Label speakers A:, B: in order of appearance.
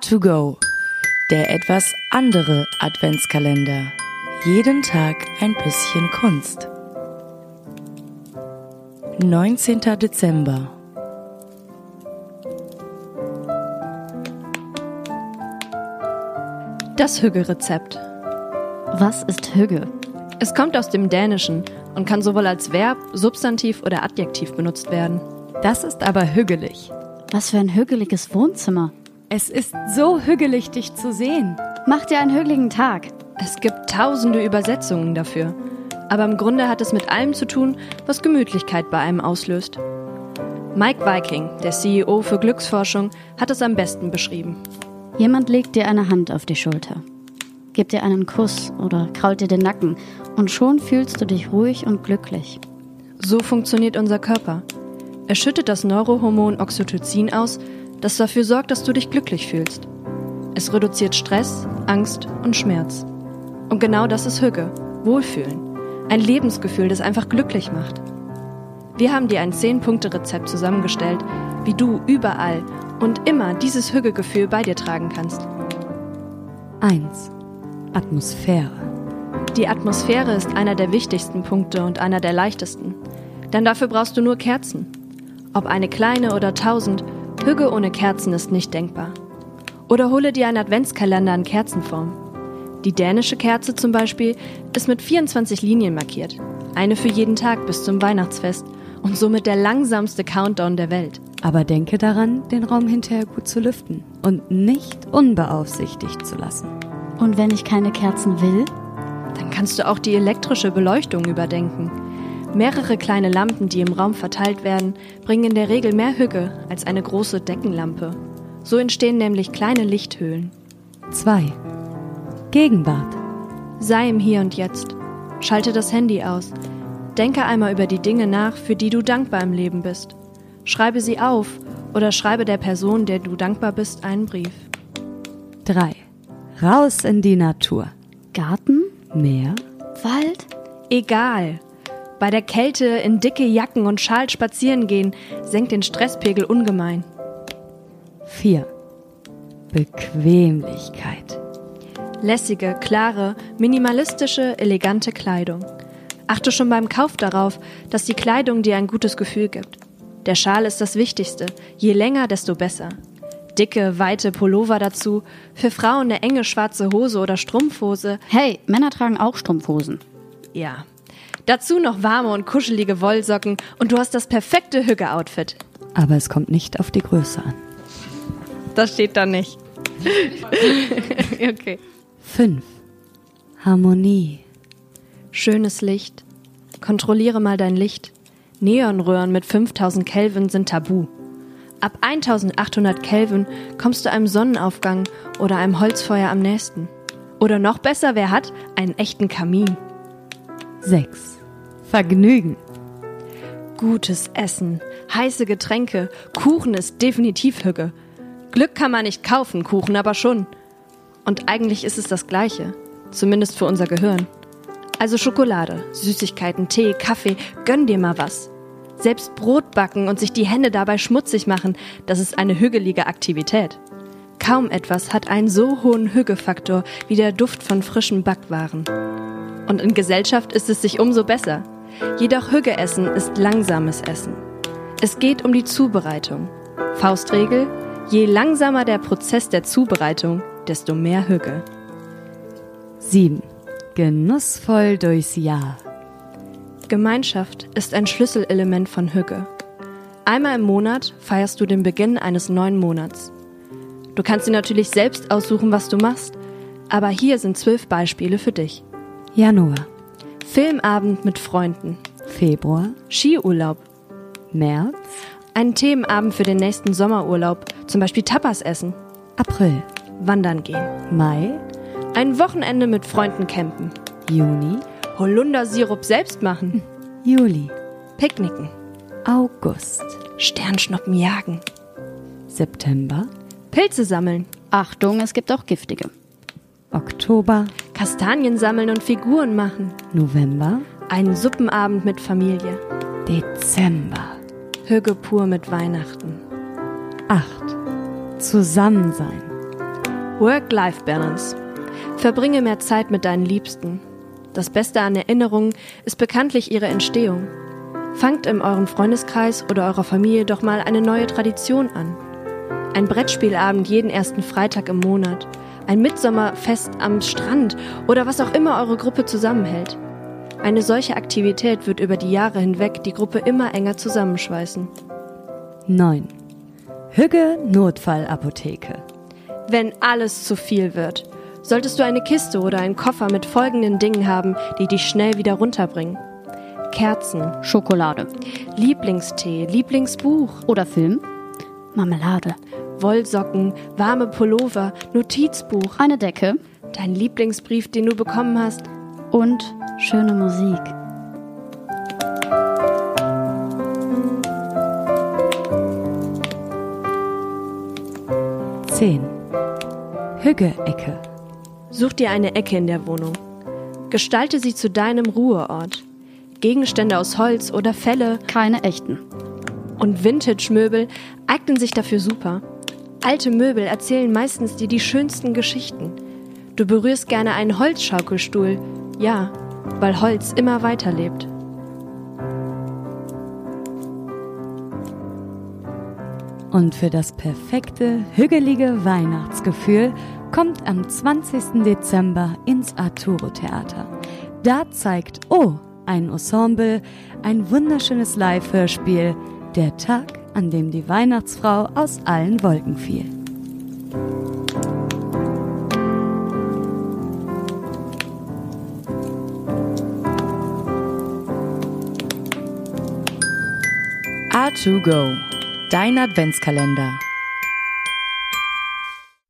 A: A2Go, der etwas andere Adventskalender. Jeden Tag ein bisschen Kunst. 19. Dezember.
B: Das Hügge-Rezept.
C: Was ist Hügge?
B: Es kommt aus dem Dänischen und kann sowohl als Verb, Substantiv oder Adjektiv benutzt werden.
D: Das ist aber hügelig.
C: Was für ein hügeliges Wohnzimmer.
D: Es ist so hügelig, dich zu sehen.
C: Mach dir einen hügeligen Tag.
B: Es gibt tausende Übersetzungen dafür. Aber im Grunde hat es mit allem zu tun, was Gemütlichkeit bei einem auslöst. Mike Viking, der CEO für Glücksforschung, hat es am besten beschrieben.
C: Jemand legt dir eine Hand auf die Schulter, gibt dir einen Kuss oder krault dir den Nacken und schon fühlst du dich ruhig und glücklich.
B: So funktioniert unser Körper. Er schüttet das Neurohormon Oxytocin aus, das dafür sorgt, dass du dich glücklich fühlst. Es reduziert Stress, Angst und Schmerz. Und genau das ist Hügge, Wohlfühlen. Ein Lebensgefühl, das einfach glücklich macht. Wir haben dir ein 10-Punkte-Rezept zusammengestellt, wie du überall und immer dieses Hügge-Gefühl bei dir tragen kannst.
D: 1. Atmosphäre.
B: Die Atmosphäre ist einer der wichtigsten Punkte und einer der leichtesten. Denn dafür brauchst du nur Kerzen. Ob eine kleine oder tausend, Hügge ohne Kerzen ist nicht denkbar. Oder hole dir einen Adventskalender in Kerzenform. Die dänische Kerze zum Beispiel ist mit 24 Linien markiert. Eine für jeden Tag bis zum Weihnachtsfest und somit der langsamste Countdown der Welt.
D: Aber denke daran, den Raum hinterher gut zu lüften und nicht unbeaufsichtigt zu lassen.
C: Und wenn ich keine Kerzen will?
B: Dann kannst du auch die elektrische Beleuchtung überdenken. Mehrere kleine Lampen, die im Raum verteilt werden, bringen in der Regel mehr Hügge als eine große Deckenlampe. So entstehen nämlich kleine Lichthöhlen.
D: 2. Gegenwart.
B: Sei im Hier und Jetzt. Schalte das Handy aus. Denke einmal über die Dinge nach, für die du dankbar im Leben bist. Schreibe sie auf oder schreibe der Person, der du dankbar bist, einen Brief.
D: 3. Raus in die Natur.
C: Garten?
D: Meer.
C: Wald?
B: Egal. Bei der Kälte in dicke Jacken und Schal spazieren gehen senkt den Stresspegel ungemein.
D: 4. Bequemlichkeit.
B: Lässige, klare, minimalistische, elegante Kleidung. Achte schon beim Kauf darauf, dass die Kleidung dir ein gutes Gefühl gibt. Der Schal ist das Wichtigste. Je länger, desto besser. Dicke, weite Pullover dazu, für Frauen eine enge schwarze Hose oder Strumpfhose.
C: Hey, Männer tragen auch Strumpfhosen.
B: Ja. Dazu noch warme und kuschelige Wollsocken und du hast das perfekte Hügge-Outfit.
D: Aber es kommt nicht auf die Größe an.
B: Das steht da nicht. okay.
D: 5. Harmonie.
B: Schönes Licht. Kontrolliere mal dein Licht. Neonröhren mit 5000 Kelvin sind tabu. Ab 1800 Kelvin kommst du einem Sonnenaufgang oder einem Holzfeuer am nächsten. Oder noch besser, wer hat, einen echten Kamin.
D: 6. Vergnügen.
B: Gutes Essen, heiße Getränke, Kuchen ist definitiv Hügge. Glück kann man nicht kaufen, Kuchen aber schon. Und eigentlich ist es das Gleiche, zumindest für unser Gehirn. Also Schokolade, Süßigkeiten, Tee, Kaffee, gönn dir mal was. Selbst Brot backen und sich die Hände dabei schmutzig machen, das ist eine hügelige Aktivität. Kaum etwas hat einen so hohen Hügefaktor wie der Duft von frischen Backwaren. Und in Gesellschaft ist es sich umso besser. Jedoch Hüggeessen ist langsames Essen. Es geht um die Zubereitung. Faustregel, je langsamer der Prozess der Zubereitung, desto mehr Hügge.
D: 7. Genussvoll durchs Jahr.
B: Gemeinschaft ist ein Schlüsselelement von Hügge. Einmal im Monat feierst du den Beginn eines neuen Monats. Du kannst dir natürlich selbst aussuchen, was du machst, aber hier sind zwölf Beispiele für dich.
D: Januar,
B: Filmabend mit Freunden,
D: Februar,
B: Skiurlaub,
D: März,
B: einen Themenabend für den nächsten Sommerurlaub, zum Beispiel Tapas essen,
D: April,
B: wandern gehen,
D: Mai,
B: ein Wochenende mit Freunden campen,
D: Juni,
B: Holundersirup selbst machen,
D: Juli,
B: Picknicken,
D: August,
B: Sternschnuppen jagen,
D: September,
B: Pilze sammeln,
C: Achtung, es gibt auch giftige.
D: Oktober,
B: Kastanien sammeln und Figuren machen,
D: November,
B: einen Suppenabend mit Familie,
D: Dezember.
B: Hüge pur mit Weihnachten.
D: 8. Zusammensein.
B: Work-Life-Balance. Verbringe mehr Zeit mit deinen Liebsten. Das Beste an Erinnerungen ist bekanntlich ihre Entstehung. Fangt in eurem Freundeskreis oder eurer Familie doch mal eine neue Tradition an. Ein Brettspielabend jeden ersten Freitag im Monat, ein Mitsommerfest am Strand oder was auch immer eure Gruppe zusammenhält. Eine solche Aktivität wird über die Jahre hinweg die Gruppe immer enger zusammenschweißen.
D: 9. Hügge Notfallapotheke.
B: Wenn alles zu viel wird, solltest du eine Kiste oder einen Koffer mit folgenden Dingen haben, die dich schnell wieder runterbringen. Kerzen,
C: Schokolade.
B: Lieblingstee, Lieblingsbuch,
C: Oder Film. Marmelade.
B: Wollsocken, warme Pullover, Notizbuch,
C: Eine Decke.
B: dein Lieblingsbrief, den du bekommen hast.
C: Und schöne Musik.
D: Zehn. Hügge-Ecke.
B: Such dir eine Ecke in der Wohnung. Gestalte sie zu deinem Ruheort. Gegenstände aus Holz oder Felle
C: Keine echten.
B: und Vintage-Möbel eignen sich dafür super. Alte Möbel erzählen meistens dir die schönsten Geschichten. Du berührst gerne einen Holzschaukelstuhl. Ja, weil Holz immer weiterlebt.
D: 10. Und für das perfekte, hügelige Weihnachtsgefühl kommt am 20. Dezember ins Arturo-Theater. Da zeigt Oh! ein Ensemble, ein wunderschönes Live-Hörspiel, der Tag, an dem die Weihnachtsfrau aus allen Wolken fiel.
A: A2Go, dein Adventskalender.